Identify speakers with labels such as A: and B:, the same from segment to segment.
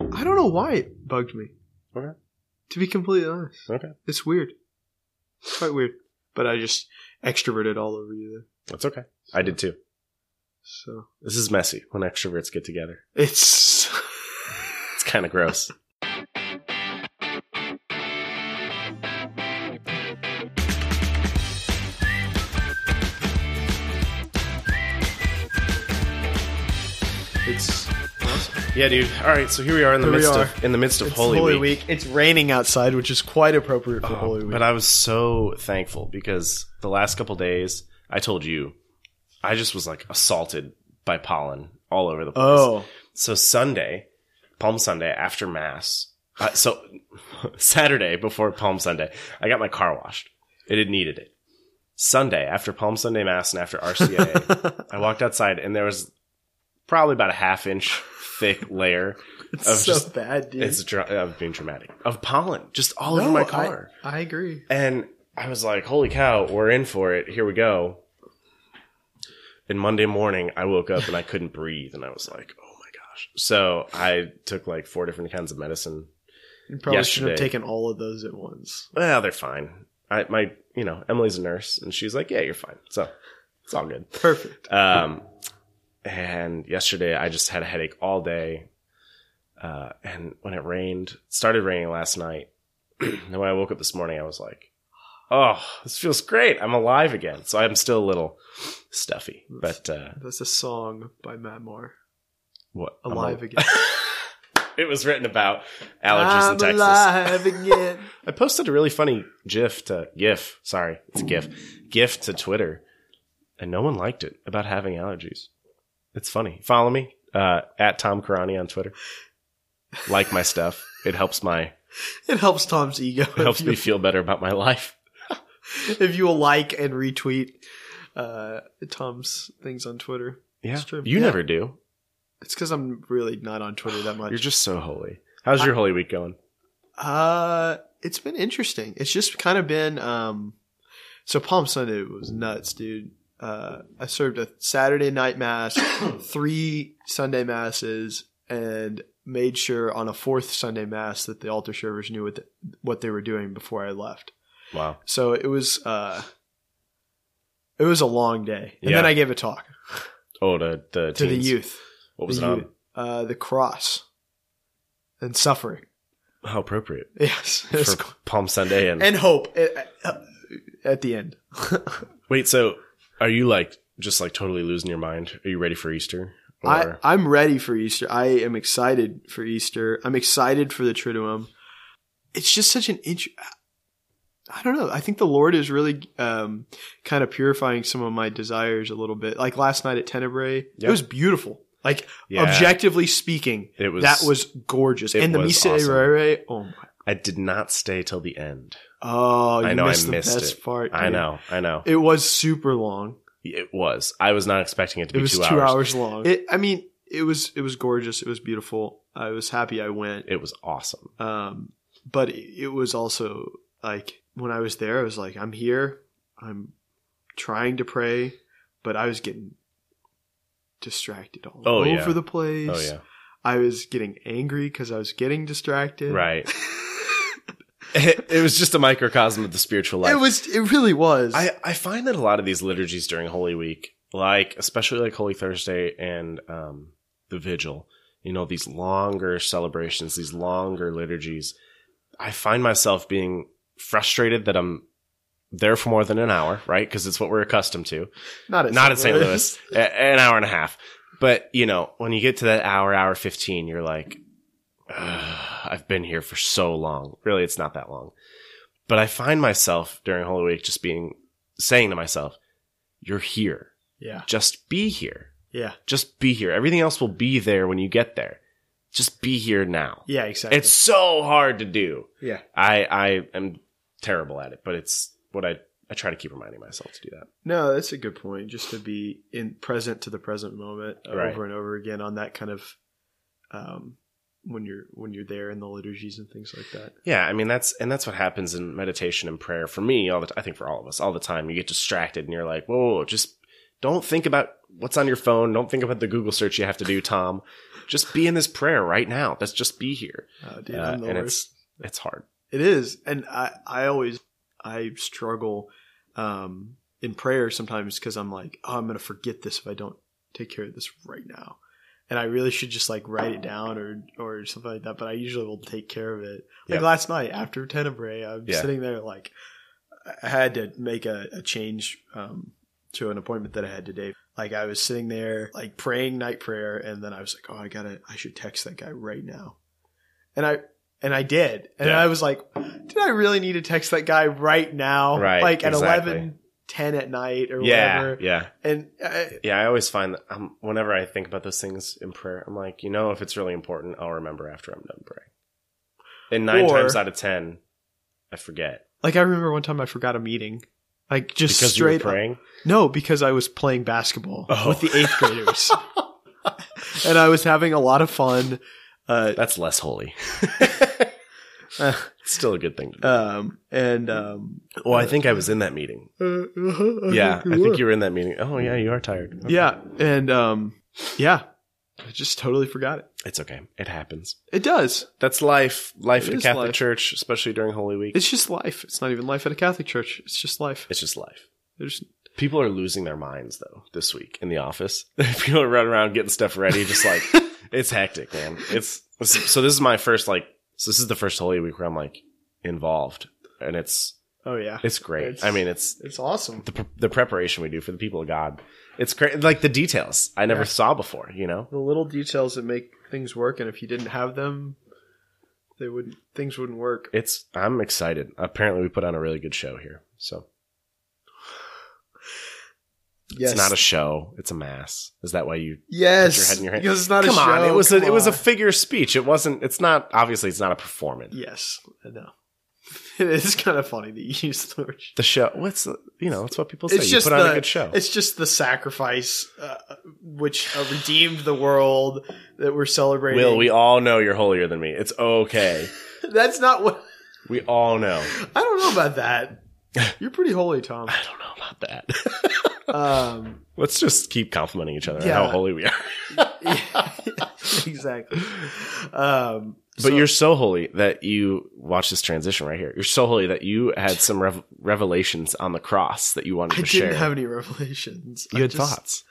A: don't know why it bugged me.
B: Okay.
A: To be completely honest,
B: Okay.
A: it's weird. It's quite weird. But I just extroverted all over you there.
B: That's okay. I did too.
A: So
B: This is messy when extroverts get together.
A: it's
B: It's kind of gross.
A: it's
B: yeah, dude. All right, so here we are in the
A: Here we
B: midst
A: are.
B: of in the midst of
A: It's
B: Holy, Week.
A: It's raining outside, which is quite appropriate for
B: Oh,
A: Holy Week.
B: But I was so thankful because the last couple days, I told you, I just was like assaulted by pollen all over the place.
A: oh,
B: So Sunday, Palm Sunday after Mass. Uh, so Saturday before Palm Sunday, I got my car washed. It had needed it. Sunday after Palm Sunday Mass and after RCA, I walked outside and there was probably about a half inch thick layer.
A: it's
B: Of
A: so
B: just-
A: bad, dude.
B: It's dr- of being dramatic of pollen just all
A: No,
B: over my
A: I-
B: car.
A: I agree.
B: And I was like, holy cow, we're in for it. Here we go. And Monday morning, I woke up and I couldn't breathe. And I was like, oh my gosh. So I took like four different kinds of medicine.
A: You probably shouldn't have
B: yesterday-
A: taken all of those at once.
B: Well, they're fine. I, my, you know, Emily's a nurse and she's like, yeah, you're fine. So it's all good.
A: Perfect.
B: Um, and yesterday I just had a headache all day. Uh, and when it rained, it started raining last night. and when I woke up this morning, I was like, oh, this feels great. I'm alive again. So I'm still a little stuffy, but, uh,
A: That's a song by Matt Marr.
B: what? I'm
A: Alive
B: al-
A: again.
B: it was written about allergies
A: I'm
B: in Texas.
A: alive again.
B: I posted a really funny GIF to GIF. Sorry, it's a GIF. GIF to Twitter, and no one liked it about having allergies. It's funny. Follow me uh, at Tom Karani on Twitter. Like my stuff. It helps my
A: it helps Tom's ego.
B: it helps
A: if,
B: me
A: you,
B: feel better about my life.
A: if you will like and retweet uh, Tom's things on Twitter.
B: Yeah,
A: It's true.
B: you
A: Yeah.
B: never do.
A: It's because I'm really not on Twitter that much.
B: You're just so holy. How's your holy week going?
A: Uh, it's been interesting. It's just kind of been um. So Palm Sunday was nuts, dude. Uh, I served a Saturday night mass, three Sunday masses, and made sure on a fourth Sunday mass that the altar servers knew what the, what they were doing before I left.
B: Wow.
A: So it was uh, it was a long day, and
B: Yeah.
A: then I gave a talk
B: Oh, to the
A: to the
B: teens.
A: youth.
B: What was
A: the
B: it on?
A: youth, Uh, the cross and suffering.
B: How appropriate
A: Yes, it was
B: for Palm Sunday and,
A: and hope at, at- at the end.
B: wait. So are you like just like totally losing your mind? Are you ready for Easter?
A: I, I'm ready for Easter. I am excited for Easter. I'm excited for the Triduum. It's just such an int- I don't know. I think the Lord is really um, kind of purifying some of my desires a little bit. Like last night at Tenebrae, it
B: Yeah.
A: was beautiful. Like
B: Yeah.
A: objectively speaking,
B: It was
A: that was gorgeous.
B: it
A: And the
B: was
A: Misa
B: awesome.
A: Rere, oh my.
B: I did not stay till the end.
A: Oh, you
B: I know I
A: missed the
B: missed
A: best
B: it.
A: part.
B: I
A: dude.
B: know, I know. It,
A: It was super long.
B: was. I was not expecting it to
A: it
B: be
A: was
B: two, hours.
A: long. It, I mean, it was it was gorgeous. It was beautiful. I was happy I went.
B: It was awesome.
A: Um, but it, it was also like when I was there, I was like, I'm here. I'm trying to pray, but I was getting distracted all
B: Oh,
A: over
B: yeah.
A: the place.
B: Oh yeah,
A: I was getting angry because I was getting distracted.
B: right. it, it was just a microcosm of the spiritual life.
A: it was. It really was.
B: I I find that a lot of these liturgies during Holy Week, like especially like Holy Thursday and um, the Vigil, you know, these longer celebrations, these longer liturgies, I find myself being frustrated that I'm there for more than an hour, right? Because it's what we're accustomed to.
A: not at
B: not in St. Louis. A- an hour and a half. But you know, when you get to that hour, hour fifteen, you're like, "Ugh, I've been here for so long. Really, it's not that long. But I find myself during Holy Week just being saying to myself, "You're here.
A: Yeah.
B: Just be here.
A: Yeah.
B: Just be here. Everything else will be there when you get there. Just be here now."
A: Yeah. Exactly.
B: It's so hard to do.
A: yeah.
B: I I am terrible at it, but it's what I I try to keep reminding myself to do that.
A: No, that's a good point. Just to be in present to the present moment uh,
B: Right.
A: over and over again on that kind of um, when you're when you're there in the liturgies and things like that.
B: Yeah, I mean that's and that's what happens in meditation and prayer for me all the t- I think for all of us all the time. You get distracted and you're like, whoa, whoa, whoa, just don't think about what's on your phone. Don't think about the Google search you have to do, Tom. Just be in this prayer right now. Let's just be here.
A: Oh, dude,
B: Uh,
A: I'm the
B: and
A: worst.
B: it's it's hard.
A: It is, and I I always I struggle um, in prayer sometimes because I'm like, oh, I'm gonna forget this if I don't take care of this right now, and I really should just like write it down or or something like that. But I usually will take care of it. Like
B: Yeah.
A: last night after Tenebrae, I'm
B: Yeah.
A: sitting there like I had to make a, a change um, to an appointment that I had today. Like I was sitting there like praying night prayer, and then I was like, oh, I gotta, I should text that guy right now, and I and I did, and
B: Yeah.
A: I was like, did I really need to text that guy right now?
B: Right,
A: like at
B: exactly.
A: eleven ten at night or
B: yeah,
A: whatever.
B: yeah,
A: And I,
B: yeah. I always find that um, whenever I think about those things in prayer, I'm like, you know, if it's really important, I'll remember after I'm done praying. And nine
A: Or-
B: times out of ten, I forget
A: like I remember one time I forgot a meeting, like just
B: because
A: straight
B: you were praying.
A: No, because I was playing basketball
B: Oh.
A: with the eighth graders. and I was having a lot of fun. Uh,
B: That's less holy.
A: uh,
B: It's still a good thing to do.
A: um, and, um,
B: well, I think I was in that meeting.
A: Oh,
B: yeah, I think you were in that meeting. Oh, yeah, you are tired. Okay.
A: Yeah. And, um, yeah, I just totally forgot it.
B: it's okay. It happens.
A: It does.
B: That's life. Life
A: It
B: in a
A: is
B: Catholic
A: life.
B: church, especially during Holy Week. It's,
A: It's just life. It's not even life at a Catholic church. It's just life.
B: just life.
A: There's,
B: People are losing their minds though this week in the office. People are running around getting stuff ready, just like it's hectic, man. It's so. This is my first like. So this is the first Holy Week where I'm like involved, and it's
A: oh yeah.
B: it's great.
A: It's-
B: I mean, it's
A: It's awesome.
B: the pre- the preparation we do for the people of God. It's great. Like the details I never
A: Yeah.
B: saw before. You know.
A: The little details that make things work. And if you didn't have them, they wouldn't, things wouldn't work.
B: It's I'm excited. Apparently we put on a really good show here. So
A: Yes.
B: it's not a show, it's a mass. Is that why you
A: Yes.
B: Put your head in your hand.
A: Because it's not a
B: Come
A: show.
B: on, it was a
A: Come
B: it was a
A: on.
B: figure of speech. It wasn't it's not obviously it's not a performance.
A: Yes. I know. It is kind of funny that you use the word. show.
B: The show what's the, you know, it's what people say.
A: It's
B: you
A: just
B: put on
A: the-
B: a good show.
A: It's just the sacrifice uh, which uh, redeemed the world that we're celebrating.
B: Will, we all know you're holier than me. It's okay.
A: That's not what.
B: we all know.
A: I don't know about that. You're pretty holy, Tom.
B: I don't know about that.
A: Um,
B: Let's just keep complimenting each other on
A: Yeah.
B: how holy we are.
A: exactly. Um,
B: But you're so holy that you watch this transition right here. You're so holy that you had some rev- revelations on the cross that you wanted
A: I
B: to
A: didn't
B: share.
A: have any revelations.
B: you
A: I
B: had
A: just-
B: thoughts.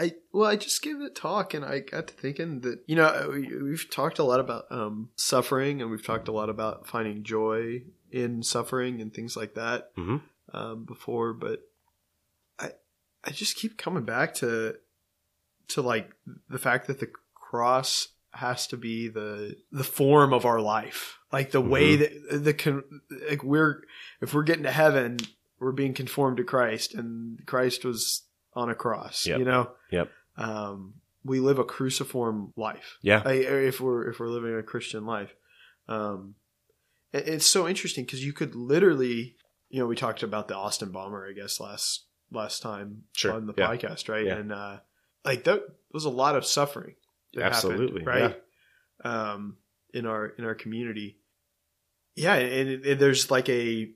A: I well, I just gave a talk, and I got to thinking that you know we, we've talked a lot about um, suffering, and we've talked a lot about finding joy in suffering and things like that
B: Mhm.
A: um, before, but I I just keep coming back to to like the fact that the cross has to be the the form of our life, like the way
B: Mm-hmm.
A: that the con- like we're if we're getting to heaven, we're being conformed to Christ, and Christ was on a cross.
B: Yep.
A: You know.
B: Yep.
A: Um, we live a cruciform life.
B: Yeah.
A: I, if we're if we're living a Christian life, um, it- it's so interesting because you could literally, you know, we talked about the Austin bomber, I guess last last time
B: Sure.
A: on the
B: Yeah.
A: podcast, right?
B: Yeah.
A: And uh, like that was a lot of suffering. That
B: Absolutely.
A: happened, right? Um, in our in our community, yeah, and, it- and there's like a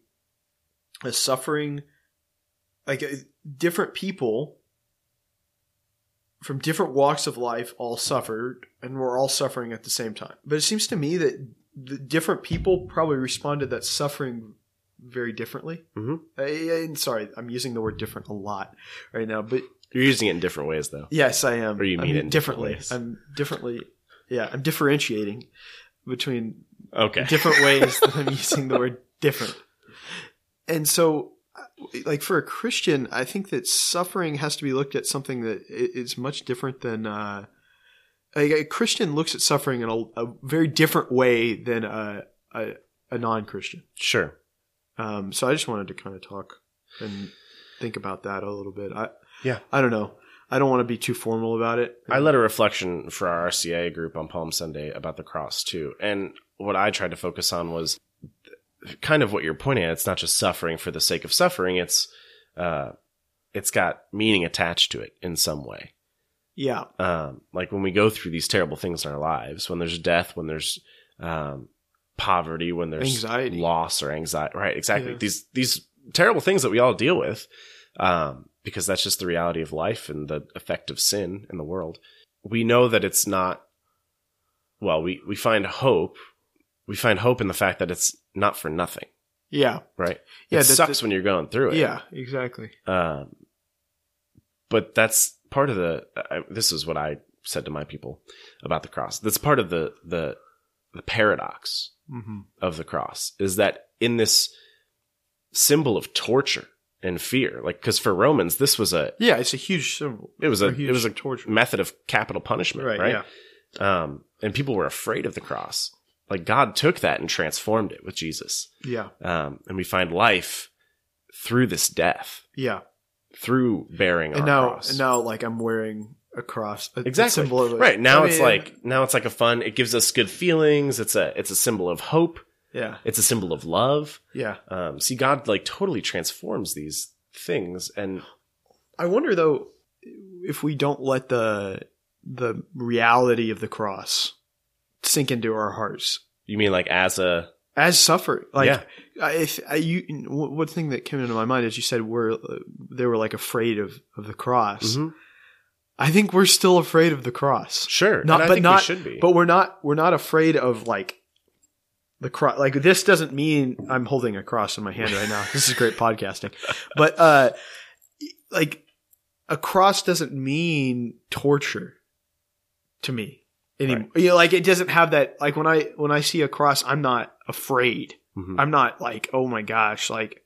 A: a suffering, like uh, different people from different walks of life all suffered, and we're all suffering at the same time. But it seems to me that the different people probably responded that suffering very differently.
B: Mhm.
A: Uh, and sorry, I'm using the word different a lot right now, but
B: You're using it in different ways though.
A: Yes, I am.
B: Or you
A: I
B: mean it in different
A: differently.
B: ways.
A: I'm differently. Yeah, I'm differentiating between
B: Okay.
A: different ways that I'm using the word different. And so, like for a Christian, I think that suffering has to be looked at something that i- is much different than. Uh, a a Christian looks at suffering in a, a very different way than a, a, a non-Christian.
B: Sure.
A: Um, so I just wanted to kind of talk and think about that a little bit. I
B: Yeah.
A: I don't know. I don't want to be too formal about it.
B: I led a reflection for our RCA group on Palm Sunday about the cross too. And what I tried to focus on was th- kind of what you're pointing at. It's not just suffering for the sake of suffering. It's, uh, it's got meaning attached to it in some way.
A: Yeah.
B: um, like when we go through these terrible things in our lives, when there's death, when there's um, poverty, when there's
A: Anxiety.
B: loss or anxiety, right? Exactly.
A: Yeah.
B: These these terrible things that we all deal with. Um, because that's just the reality of life and the effect of sin in the world. We know that it's not, well, we, we find hope. We find hope in the fact that it's not for nothing,
A: Yeah.
B: right?
A: Yeah,
B: it
A: that-
B: sucks when you're going through it.
A: Yeah, exactly.
B: Um, but that's part of the. I, this is what I said to my people about the cross. That's part of the the the paradox
A: hmm
B: of the cross is that in this symbol of torture and fear, like because for Romans this was a
A: Yeah, it's a huge symbol.
B: it was a
A: huge
B: it was a
A: torture.
B: method of capital punishment,
A: Yeah.
B: right? Um, and people were afraid of the cross. Like God took that and transformed it with Jesus,
A: Yeah.
B: um, and we find life through this death,
A: Yeah.
B: through bearing
A: And
B: our
A: now,
B: cross.
A: and now, like I'm wearing a cross. A, a
B: exactly
A: symbol of it. Oh,
B: right now
A: I
B: it's
A: mean,
B: like now it's like a fun it gives us good feelings it's a it's a symbol of hope
A: Yeah.
B: it's a symbol of love
A: Yeah.
B: um see god like totally transforms these things and
A: I wonder though if we don't let the the reality of the cross sink into our hearts
B: you mean like as a
A: as suffer like
B: Yeah.
A: I- if I, you w- one thing that came into my mind is you said we're uh, they were like afraid of of the cross
B: Mm-hmm.
A: i think we're still afraid of the cross
B: sure
A: Not-
B: and I
A: but
B: think
A: not-
B: we should be
A: but we're not we're not afraid of like the cross like this doesn't mean i'm holding a cross in my hand right now this is great podcasting but uh like a cross doesn't mean torture to me anymore you know, like it doesn't have that like when i when i see a cross i'm not afraid
B: Mhm.
A: i'm not like oh my gosh like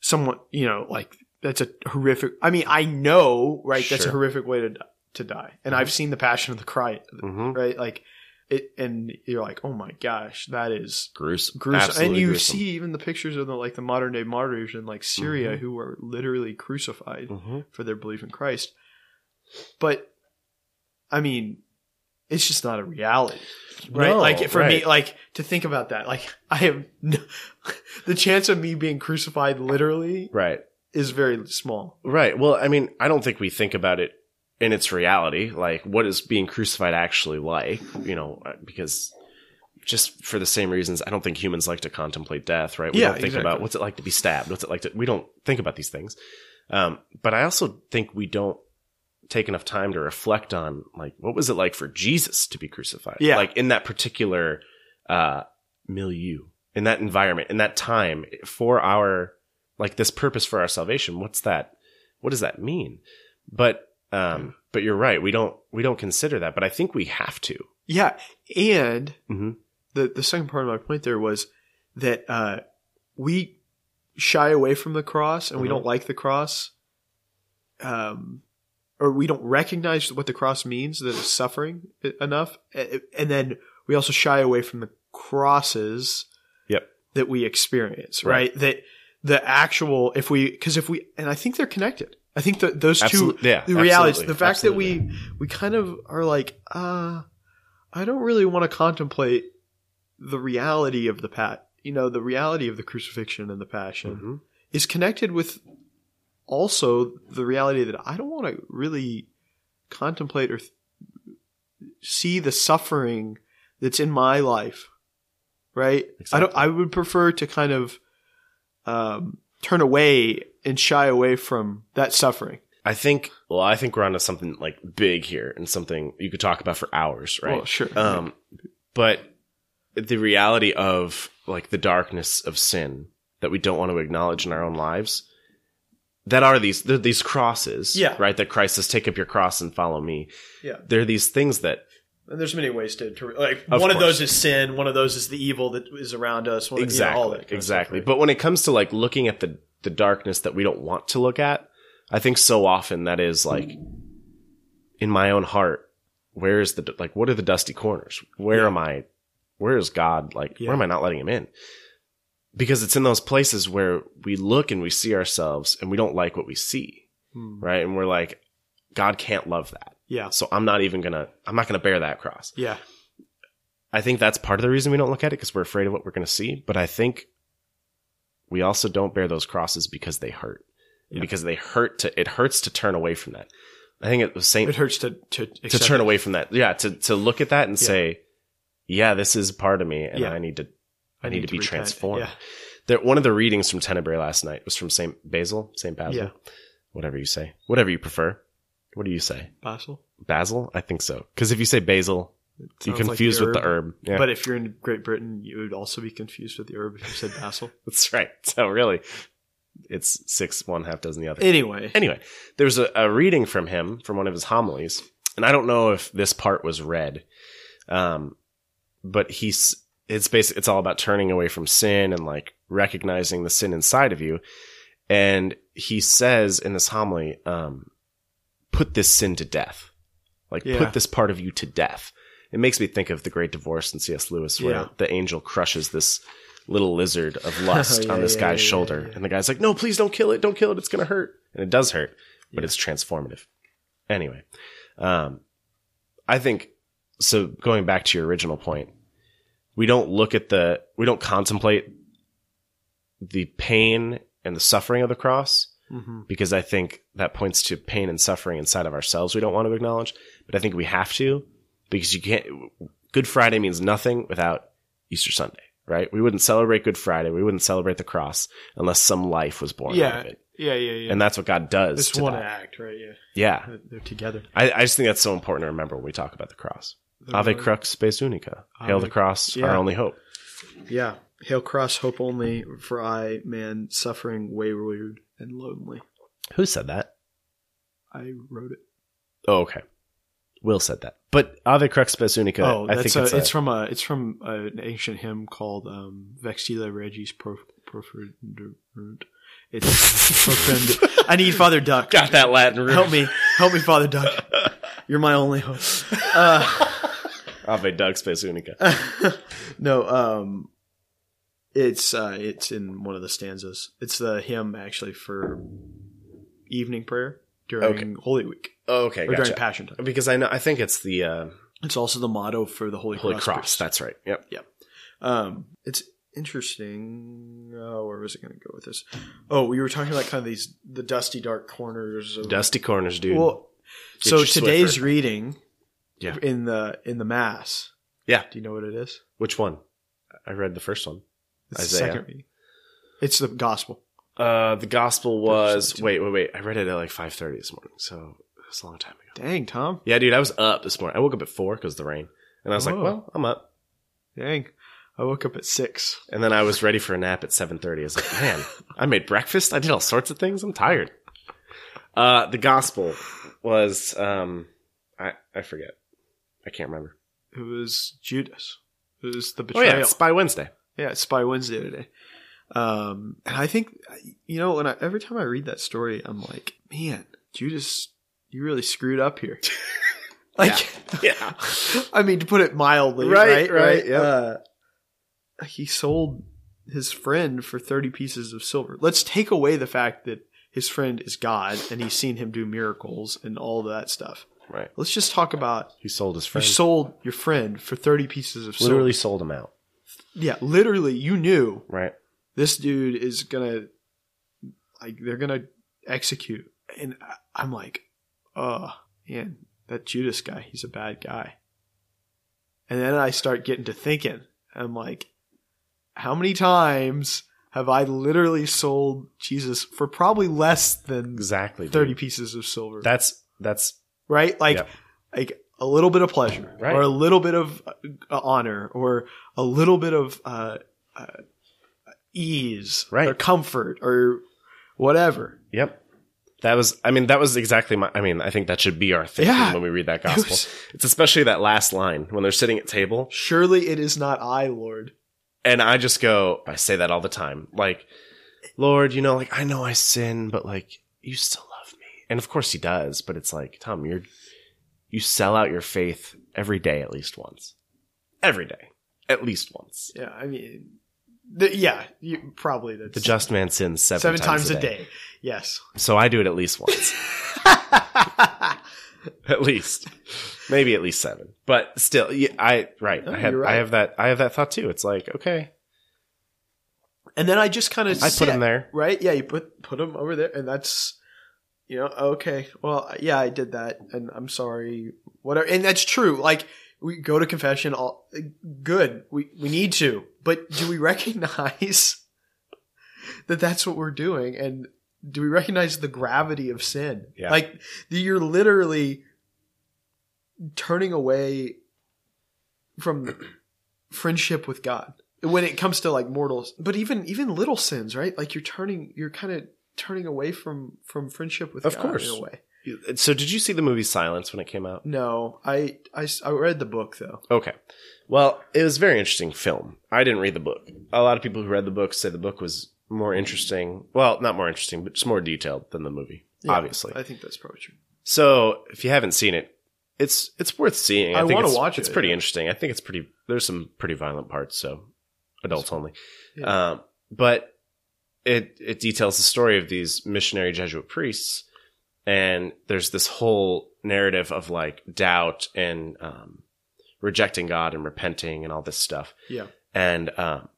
A: someone you know like that's a horrific i mean i know right that's a
B: Sure.
A: horrific way to to die and i've seen the passion of the christ
B: Mhm.
A: right? Like it, and you're like, oh my gosh, that is
B: gruesome
A: gruesome.
B: Absolutely
A: and you
B: gruesome.
A: see even the pictures of the like the modern day martyrs in like Syria
B: Mhm.
A: who were literally crucified
B: Mhm.
A: for their belief in Christ. But I mean, it's just not a reality, right?
B: No,
A: like for me,
B: right.
A: like to think about that, like I have no, the chance of me being crucified literally
B: right
A: is very small.
B: right well i mean i don't think we think about it in its reality like what is being crucified actually like you know uh, because just for the same reasons i don't think humans like to contemplate death right we
A: Yeah,
B: don't think
A: exactly.
B: about what's it like to be stabbed what's it like to we don't think about these things um, but i also think we don't take enough time to reflect on like what was it like for jesus to be crucified
A: Yeah.
B: like in that particular uh, milieu in that environment in that time for our like this purpose for our salvation what's that what does that mean but um but you're right we don't we don't consider that but i think we have to
A: Yeah, and
B: Mhm.
A: the the second part of my point there was that uh, we shy away from the cross and we
B: Mhm.
A: don't like the cross, um, or we don't recognize what the cross means that is suffering e- enough, A- and then we also shy away from the crosses
B: Yep.
A: that we experience, right?
B: Right.
A: That the actual if we because if we and I think they're connected. I think that those two
B: Absolute- yeah
A: the reality
B: absolutely,
A: the fact
B: absolutely.
A: that we we kind of are like uh i don't really want to contemplate the reality of the pat you know the reality of the crucifixion and the passion
B: Mhm.
A: is connected with also the reality that i don't want to really contemplate or th- see the suffering that's in my life right i don't
B: Exactly.
A: i would prefer to kind of um, turn away and shy away from that suffering
B: i think well i think we're onto something like big here and something you could talk about for hours right
A: well, sure
B: um but the reality of like the darkness of sin that we don't want to acknowledge in our own lives that are these they're these crosses
A: Yeah.
B: right that christ says take up your cross and follow me
A: Yeah.
B: they're these things that
A: And there's many ways to, to like
B: Of
A: one of
B: course.
A: those is sin, one of those is the evil that is around us. One
B: exactly
A: of, you know, all that kind of
B: exactly
A: stuff,
B: but when it comes to like looking at the the darkness that we don't want to look at i think so often that is like in my own heart where is the like what are the dusty corners where
A: Yeah.
B: am i where is god like
A: Yeah.
B: where am i not letting him in because it's in those places where we look and we see ourselves and we don't like what we see
A: right? Hmm.
B: right and we're like god can't love that
A: Yeah,
B: so i'm not even gonna i'm not gonna bear that cross
A: yeah,
B: I think that's part of the reason we don't look at it because we're afraid of what we're going to see. But I think we also don't bear those crosses because they hurt,
A: Yeah.
B: because they hurt to it hurts to turn away from that. I think it was
A: it
B: Saint
A: hurts to to,
B: to
A: accept
B: turn
A: it.
B: away from that. Yeah, to to look at that and
A: Yeah.
B: say, yeah, this is part of me, and
A: Yeah.
B: I need to I, need, to be
A: repent.
B: transformed.
A: Yeah,
B: There, one of the readings from Tenebrae last night was from Saint Basil, Saint Basil, whatever you say, whatever you prefer. What do you say?
A: Basil.
B: Basil? I think so. Because if you say basil,
A: It
B: you
A: sounds like
B: confuse with the herb. Yeah,
A: But if you're in Great Britain, you would also be confused with the herb if you said basil.
B: that's right. So really, it's six one half dozen the other.
A: anyway,
B: Anyway, there was a, a reading from him from one of his homilies, and I don't know if this part was read, um, but he's it's basic. It's all about turning away from sin and like recognizing the sin inside of you. And he says in this homily, um, "Put this sin to death, like
A: Yeah.
B: put this part of you to death." It makes me think of the Great Divorce in C.S. Lewis, where
A: Yeah.
B: the angel crushes this little lizard of lust
A: Yeah,
B: on this
A: yeah,
B: guy's
A: yeah,
B: shoulder.
A: yeah.
B: And the guy's like, no, please don't kill it. Don't kill it. It's going to hurt. And it does hurt, but
A: Yeah.
B: it's transformative. Anyway, um, I think so. Going back to your original point, we don't look at the, we don't contemplate the pain and the suffering of the cross
A: hmm
B: because I think that points to pain and suffering inside of ourselves we don't want to acknowledge, but I think we have to because you can't. Good Friday means nothing without Easter Sunday, right? We wouldn't celebrate Good Friday, we wouldn't celebrate the cross unless some life was born out
A: yeah,
B: of it,
A: yeah, yeah, yeah.
B: and that's what God does.
A: it's
B: to
A: one
B: that.
A: act, right? Yeah,
B: yeah.
A: they're together.
B: I, I just think that's so important to remember when we talk about the cross.
A: They're
B: Ave
A: one-
B: crux spes unica. Hail
A: Ave-
B: the cross,
A: yeah.
B: our only hope.
A: Yeah. Hail cross, hope only, for I, man, suffering, wayward, and lonely.
B: Who said that?
A: I wrote it.
B: Oh, okay. Will said that. But Ave crux spes unica.
A: Oh,
B: uh, I
A: that's
B: think
A: a,
B: it's,
A: it's,
B: a-
A: from a it's from uh an ancient hymn called um, "Vexilla Regis Prof- Proferunt." It's profund. I need Father Duck.
B: got that Latin root.
A: Help me, help me, Father Duck. You're my only hope. Uh,
B: Ave Doug Space Unica.
A: no, um, it's uh, it's in one of the stanzas. It's the hymn actually for evening prayer during Holy Week
B: Okay,
A: or during
B: gotcha.
A: Passion Time.
B: Because I know, I think it's the uh,
A: It's also the motto for the Holy,
B: Holy Cross.
A: Priest.
B: That's right. Yep.
A: Um, it's interesting. Oh, where was it going to go with this? Oh, we were talking about kind of these the dusty dark corners. Of,
B: Dusty corners, dude.
A: Well,
B: Get
A: so
B: your
A: today's
B: Swiffer.
A: reading,
B: Yeah.
A: in the in the mass.
B: Yeah.
A: Do you know what it is?
B: which one? I read the first one.
A: It's
B: Isaiah.
A: the second reading. It's the gospel.
B: Uh, the gospel
A: was-
B: was wait, wait, wait. I read it at like five thirty this morning, so it was a long time ago.
A: Dang, Tom.
B: Yeah, dude, I was up this morning. I woke up at four because the rain, and I was like,
A: Whoa.
B: well, I'm up.
A: Dang. I woke up at six.
B: And then I was ready for a nap at seven thirty. I was like, man, I made breakfast. I did all sorts of things. I'm tired. Uh, the gospel was um, I I forget. I can't remember.
A: It was Judas. It was the
B: Oh
A: betrayal.
B: yeah, it's by Wednesday.
A: Yeah, it's Spy Wednesday today. Um, and I think you know when I, every time I read that story, I'm like, man, Judas, you really screwed up here. like,
B: Yeah.
A: I mean, to put it mildly, right,
B: Right,
A: right,
B: right, yeah.
A: Uh, he sold his friend for thirty pieces of silver. Let's take away the fact that his friend is God and he's seen him do miracles and all that stuff.
B: Right.
A: Let's just talk about
B: He sold his
A: you
B: friend.
A: sold your friend for thirty pieces of silver.
B: literally sold him out.
A: yeah, literally, you knew
B: Right.
A: this dude is gonna like they're gonna execute and I- i'm like oh man that judas guy he's a bad guy and then i start getting to thinking i'm like how many times have i literally sold jesus for probably less than
B: Exactly. dude.
A: 30 pieces of silver
B: That's that's
A: right like
B: Yeah.
A: like a little bit of pleasure
B: Right.
A: or a little bit of uh, honor or a little bit of uh, uh, ease
B: Right.
A: or comfort or whatever
B: yep. That was I mean that was exactly my I mean I think that should be our thing
A: Yeah.
B: when we read that
A: It
B: gospel.
A: was-
B: it's especially that last line when they're sitting at table
A: surely it is not i lord
B: and I just go I say that all the time like Lord, you know like I know I sin but like you still love me. And of course he does, but it's like Tom, you're you sell out your faith every day at least once. Every day. At least once.
A: yeah i mean the, yeah you, probably that's
B: The just man sins seven,
A: seven, times, a day, yes
B: So I do it at least once. at least maybe at least seven but still yeah, i right
A: No,
B: i have
A: you're right.
B: i have that i have that thought too it's like okay
A: and then i just kind of
B: i put him there
A: right? Yeah, you put put them over there, and that's you know okay. Well, yeah, I did that, and I'm sorry. Whatever, and that's true. Like we go to confession, all good. We we need to, but do we recognize that that's what we're doing? And do we recognize the gravity of sin?
B: Yeah.
A: Like the- you're literally turning away from friendship with God when it comes to like mortals, but even even little sins, right? Like you're turning, you're kind of turning away from from friendship with
B: Of
A: God
B: course.
A: in a way.
B: So did you see the movie Silence when it came out?
A: No, I, I s- I read the book though.
B: Okay. Well, it was a very interesting film. I didn't read the book. A lot of people who read the book say the book was more interesting. Well, not more interesting, but just more detailed than the movie,
A: Yeah,
B: obviously.
A: I think that's probably true.
B: So if you haven't seen it, it's it's worth seeing.
A: I
B: think
A: wanna
B: it's-
A: watch it,
B: It's pretty
A: yeah.
B: interesting. I think it's pretty. There's some pretty violent parts, so adults only.
A: Yeah.
B: Um, but it it details the story of these missionary Jesuit priests, and there's this whole narrative of like doubt and um, rejecting God and repenting and all this stuff.
A: Yeah.
B: And um,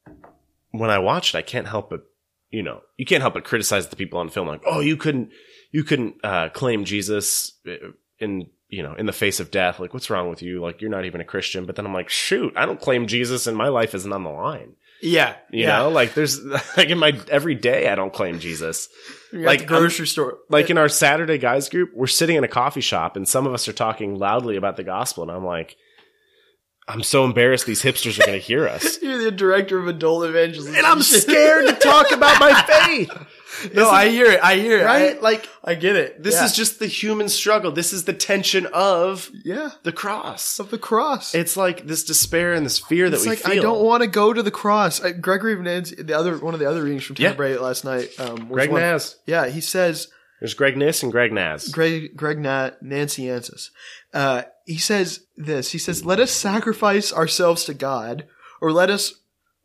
B: when I watch it, I can't help but you know you can't help but criticize the people on film like oh you couldn't you couldn't uh, claim Jesus uh, in you know in the face of death like what's wrong with you like you're not even a Christian but then I'm like shoot I don't claim Jesus and my life isn't on the line
A: Yeah,
B: you know like there's like in my every day I don't claim Jesus
A: like
B: like,
A: the grocery store,
B: like in our Saturday guys group we're sitting in a coffee shop and some of us are talking loudly about the gospel and I'm like I'm so embarrassed these hipsters are going to hear us
A: You're the director of adult evangelism,
B: and I'm scared to talk about my faith
A: no, I hear it. I hear it.
B: right
A: I,
B: like
A: I get it.
B: This
A: Yeah.
B: is just the human struggle. This is the tension of
A: yeah
B: the cross.
A: of the cross.
B: It's like this despair and this fear that
A: It's
B: we
A: like
B: feel.
A: I don't want to go to the cross. I, Gregory of Nancy, the other one of the other readings from
B: Yeah.
A: Tenebrae last night. Um, was
B: Greg
A: one-
B: Naz.
A: Yeah, he says
B: There's Greg Nis and Greg Naz.
A: Greg Greg Nat Nancy Ansis. Uh, he says this. He says, "Let us sacrifice ourselves to God, or let us,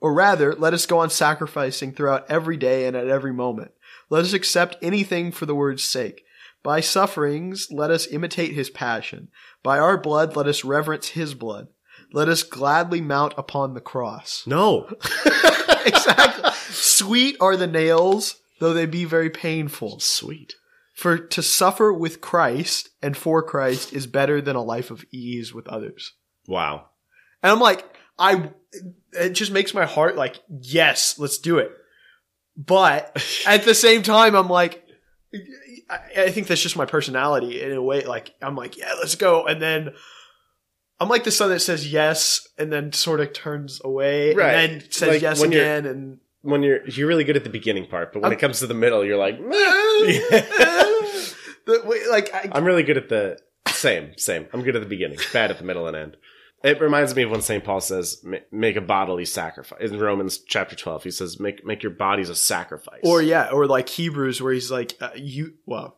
A: or rather, let us go on sacrificing throughout every day and at every moment. Let us accept anything for the word's sake. By sufferings, let us imitate His passion. By our blood, let us reverence His blood. Let us gladly mount upon the cross."
B: no.
A: Oh, exactly. Sweet are the nails, though they be very painful.
B: Sweet.
A: For to suffer with Christ and for Christ is better than a life of ease with others.
B: Wow.
A: And I'm like, I, it just makes my heart like, yes, let's do it. But at the same time, I'm like, I, I think that's just my personality in a way. Like, I'm like, yeah, let's go. And then I'm like the son that says yes and then sort of turns away
B: Right.
A: and then says
B: Like,
A: yes
B: when you're-
A: again. And
B: When you're you're really good at the beginning part, but when
A: I'm-
B: it comes to the middle, you're like,
A: the, way- like, I,
B: I'm really good at the same, same. I'm good at the beginning, bad at the middle and end. It reminds me of when St. Paul says, "Ma- "Make a bodily sacrifice." In Romans chapter 12, he says, "Make make your bodies a sacrifice."
A: Or yeah, or like Hebrews, where he's like, uh, you, well,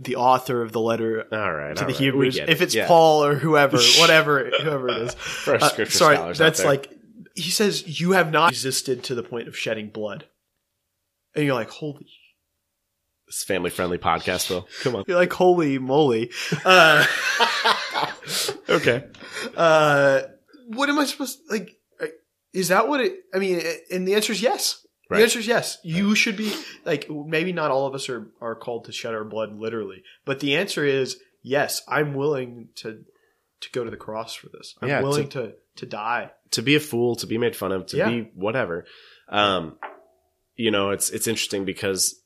A: the author of the letter
B: all right,
A: to
B: all
A: the
B: right.
A: Hebrews,
B: We get
A: if
B: it.
A: it's
B: Yeah.
A: Paul or whoever, whatever, whoever it is.
B: For our
A: Uh,
B: scripture
A: sorry,
B: scholars
A: that's
B: out there.
A: like he says, you have not existed to the point of shedding blood, and you're like, holy,
B: It's family friendly podcast, though. Come on.
A: you're like, holy moly. Uh,
B: okay.
A: uh, what am I supposed like? Is that what it? I mean, and the answer is yes.
B: Right.
A: The answer is yes. You should be like maybe not all of us are are called to shed our blood literally, but the answer is yes. I'm willing to to go to the cross for this. I'm
B: Yeah, it's
A: willing to to die.
B: To be a fool, to be made fun of, to
A: Yeah.
B: be whatever. Um, you know, it's it's interesting because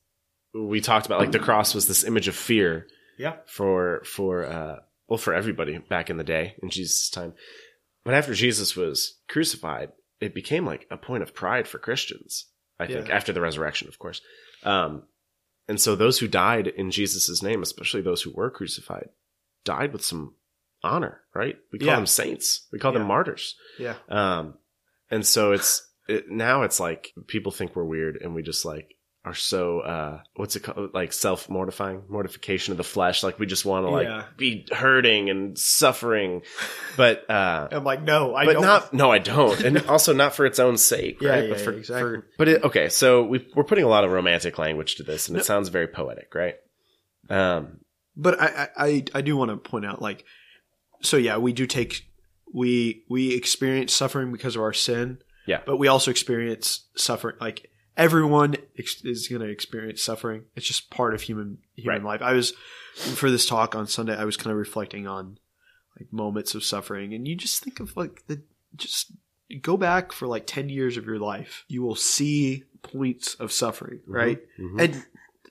B: we talked about like the cross was this image of fear.
A: Yeah.
B: For for uh well for everybody back in the day in Jesus' time. But after Jesus was crucified, it became like a point of pride for Christians. I think
A: Yeah.
B: after the resurrection, of course. Um, and so those who died in Jesus' name, especially those who were crucified, died with some honor, right? We call
A: Yeah.
B: them saints. We call
A: Yeah.
B: them martyrs.
A: Yeah.
B: Um, and so it's it, now it's like people think we're weird, and we just like are so uh, what's it called? Like self mortifying, mortification of the flesh. Like we just want to like
A: Yeah.
B: be hurting and suffering, but uh,
A: I'm like, no, I
B: but
A: don't.
B: not no, I don't, and also not for its own sake,
A: Yeah,
B: right?
A: yeah,
B: but for,
A: yeah, exactly.
B: for- but it, okay, so we, we're putting a lot of romantic language to this, and it sounds very poetic, right? Um,
A: but I, I- I I do want to point out like, so yeah, we do take we we experience suffering because of our sin.
B: Yeah.
A: But we also experience suffering like everyone ex- is going to experience suffering. It's just part of human human life. I was for this talk on Sunday, I was kind of reflecting on like moments of suffering and you just think of like the just go back for like 10 years of your life. You will see points of suffering, right?
B: mhm, mhm.
A: and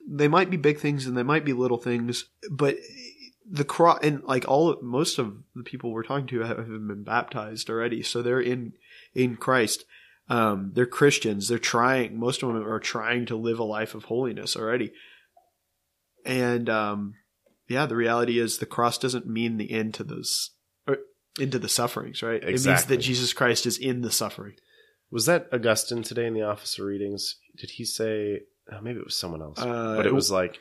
A: they might be big things and they might be little things, but the cross and like all of, most of the people we're talking to have been baptized already, so they're in in Christ. Um, they're Christians. They're trying. Most of them are trying to live a life of holiness already. And um, yeah, the reality is the cross doesn't mean the end to those or into the sufferings, right? It means
B: Exactly.
A: that Jesus Christ is in the suffering.
B: Was that Augustine today in the office of readings? Did he say? Oh, maybe it was someone else,
A: Uh,
B: but it was like,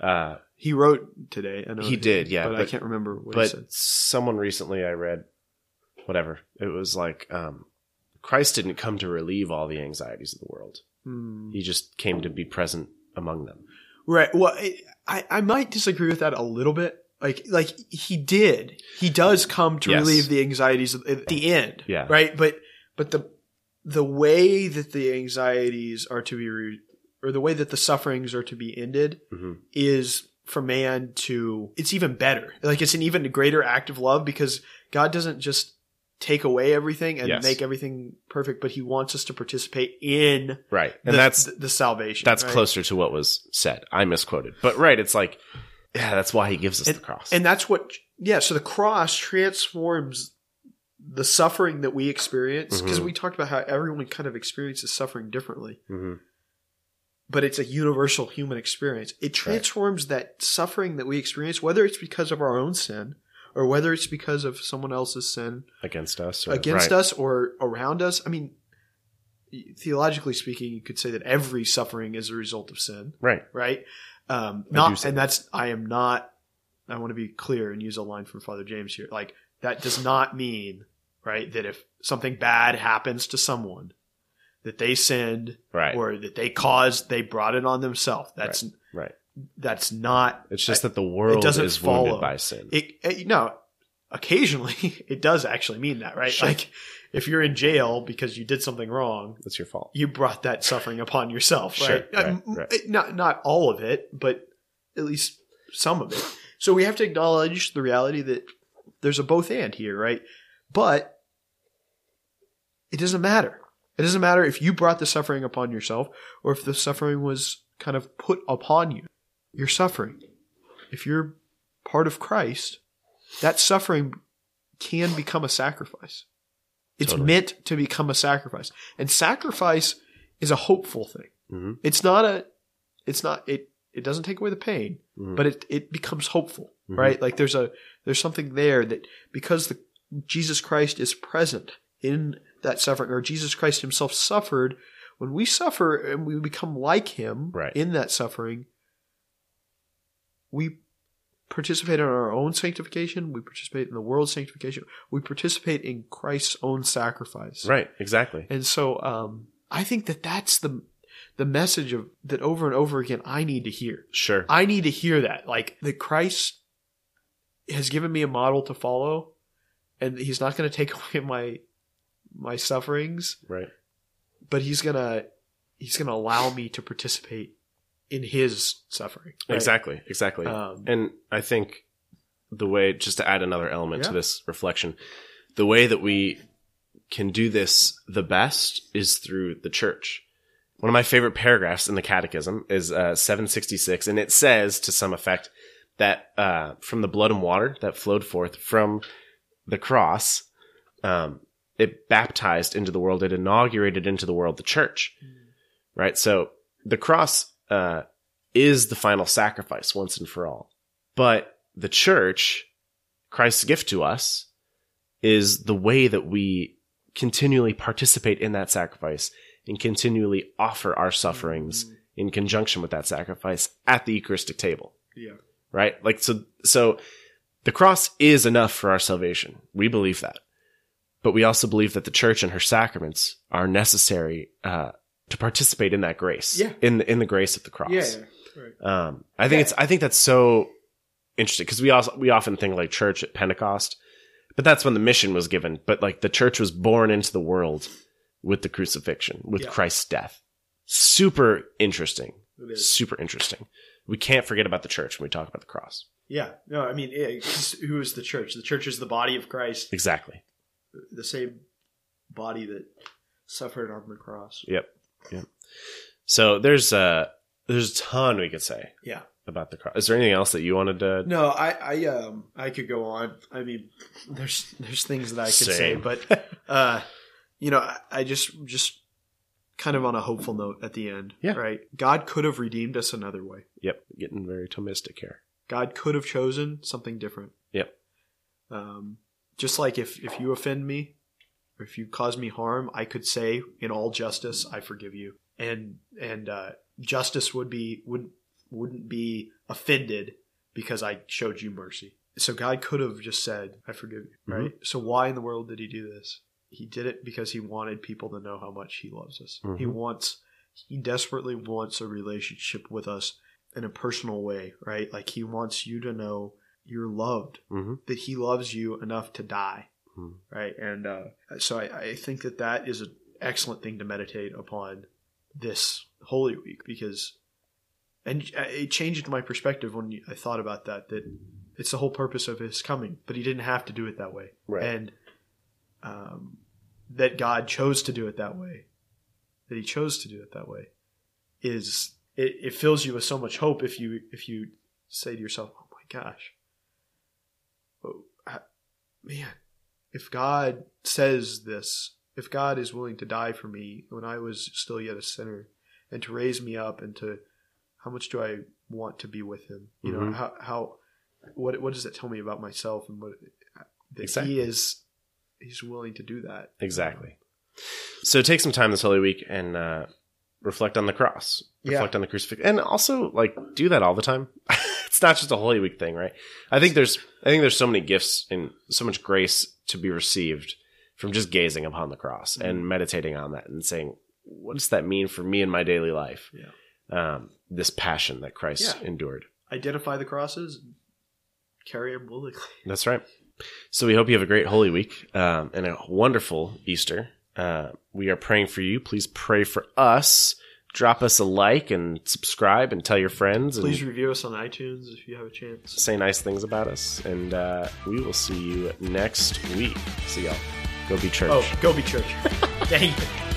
B: uh,
A: he wrote today. I know
B: He did, yeah,
A: but, I
B: but-
A: can't remember what he
B: but
A: said.
B: someone recently I read, whatever it was like. Um, Christ didn't come to relieve all the anxieties of the world.
A: Hmm.
B: He just came to be present among them.
A: Right. Well, it, I I might disagree with that a little bit. Like like he did. He does come to
B: Yes.
A: relieve the anxieties at- at the end.
B: Yeah.
A: Right. But but the the way that the anxieties are to be re- or the way that the sufferings are to be ended
B: hmm
A: is for man to it's even better like it's an even greater act of love because god doesn't just take away everything and
B: Yes.
A: make everything perfect but he wants us to participate in
B: Right,
A: the,
B: and that's
A: the, salvation
B: that's
A: right?
B: closer to what was said. I misquoted, but right, it's like, yeah, that's why he gives us the cross.
A: and that's what yeah so the cross transforms the suffering that we experience because
B: Mhm.
A: we talked about how everyone kind of experiences suffering differently
B: hmm
A: but it's a universal human experience. It transforms that suffering that we experience, whether it's because of our own sin or whether it's because of someone else's sin
B: against us, or,
A: against
B: right.
A: us or around us. I mean, theologically speaking, you could say that every suffering is a result of sin,
B: right?
A: right? Um,
B: I do
A: not,
B: say
A: and that's, I am not, I want to be clear and use a line from Father James here. Like, that does not mean, right, that if something bad happens to someone, that they sinned
B: Right,
A: or that they caused they brought it on themselves that's
B: right.
A: that's not
B: It's just that the world
A: doesn't
B: is
A: follow.
B: wounded by sin.
A: it, it no occasionally it does actually mean that right
B: Sure.
A: like if you're in jail because you did something wrong
B: it's your fault.
A: you brought that suffering upon yourself
B: Sure,
A: right,
B: right,
A: Um,
B: right.
A: it- not not all of it but at least some of it so we have to acknowledge the reality that there's a both and here right but it doesn't matter it doesn't matter if you brought the suffering upon yourself or if the suffering was kind of put upon you you're suffering if you're part of christ that suffering can become a sacrifice it's
B: Totally.
A: meant to become a sacrifice and sacrifice is a hopeful thing
B: hmm
A: it's not a it's not it it doesn't take away the pain
B: Mhm.
A: but it it becomes hopeful
B: Mhm.
A: right like there's a there's something there that because the jesus christ is present in that suffering or jesus christ himself suffered when we suffer and we become like him
B: Right.
A: in that suffering we participate in our own sanctification we participate in the world's sanctification we participate in christ's own sacrifice
B: Right, exactly.
A: and so um, I think that that's the the message of that over and over again I need to hear.
B: Sure.
A: I need to hear that like that Christ has given me a model to follow and he's not going to take away my my sufferings,
B: right.
A: but he's going to he's going to allow me to participate in his suffering. right?
B: Exactly. Exactly.
A: Um,
B: and I think the way, just to add another element to
A: Yeah.
B: this reflection, the way that we can do this the best is through the church. One of my favorite paragraphs in the Catechism is uh, 766, and it says, to some effect, that uh, from the blood and water that flowed forth from the cross, um, it baptized into the world, it inaugurated into the world the church. Right? So the cross uh, is the final sacrifice once and for all. But the church, Christ's gift to us, is the way that we continually participate in that sacrifice and continually offer our sufferings
A: Mm. Mm-hmm.
B: in conjunction with that sacrifice at the Eucharistic table
A: yeah.
B: right? Like so so the cross is enough for our salvation. We believe that. But we also believe that the church and her sacraments are necessary uh, to participate in that grace.
A: Yeah.
B: In the in the grace of the cross.
A: Yeah. Right.
B: Um, I think
A: Yeah.
B: it's I think that's so interesting because we also we often think like church at Pentecost, but that's when the mission was given. But like the church was born into the world with the crucifixion, with
A: Yeah.
B: Christ's death. Super interesting.
A: It
B: Super interesting. We can't forget about the church when we talk about the cross.
A: Yeah. No, I mean, yeah, 'cause who is the church? The church is the body of Christ.
B: Exactly.
A: the same body that suffered on the cross.
B: So there's uh there's a ton we could say.
A: Yeah.
B: About the cross. Is there anything else that you wanted to?
A: No, I, I, um, I could go on. I mean, there's, there's things that I could say,
B: Same.
A: but, uh, you know, I, I just, just kind of on a hopeful note at the end.
B: Yeah.
A: Right. God could have redeemed us another way.
B: Yep. Getting very Thomistic here.
A: God could have chosen something different.
B: Yep.
A: Um, just like if, if you offend me or if you cause me harm, I could say in all justice, I forgive you. And, and, uh, justice would be, would, wouldn't be offended because I showed you mercy. So God could have just said, I forgive you, right? So why in the world did he do this? He did it because he wanted people to know how much he loves us. He
B: Mhm.
A: wants, he desperately wants a relationship with us in a personal way, right? Like he wants you to know you're loved,
B: Mm-hmm.
A: that he loves you enough to die,
B: Mhm.
A: right? And uh, so I, I think that that is an excellent thing to meditate upon this Holy Week because, and it changed my perspective when I thought about that, that it's the whole purpose of his coming, but he didn't have to do it that way.
B: Right.
A: And um, that God chose to do it that way, that he chose to do it that way is it, it fills you with so much hope if you if you say to yourself, "Oh my gosh, oh, I, man, if God says this, if God is willing to die for me when I was still yet a sinner, and to raise me up, and to how much do I want to be with Him? You know
B: Mhm.
A: how how what what does that tell me about myself and what that
B: Exactly.
A: He is He's willing to do that.
B: Exactly. So take some time this Holy Week and uh, reflect on the cross,
A: Yeah.
B: reflect on the crucifixion, and also like do that all the time. it's not just a Holy Week thing, right? I think there's I think there's so many gifts and so much grace to be received from just gazing upon the cross
A: Mm-hmm.
B: and meditating on that and saying, what does that mean for me in my daily life?
A: Yeah.
B: Um, this passion that Christ
A: Yeah.
B: endured.
A: Identify the crosses, carry them willingly.
B: That's right. So we hope you have a great Holy Week um, and a wonderful Easter. Uh, we are praying for you. Please pray for us. Drop us a like and subscribe and tell your friends and
A: Please review us on iTunes if you have a chance.
B: say nice things about us. And uh, we will see you next week. See y'all. Go be church.
A: Oh, go be church. Dang. it.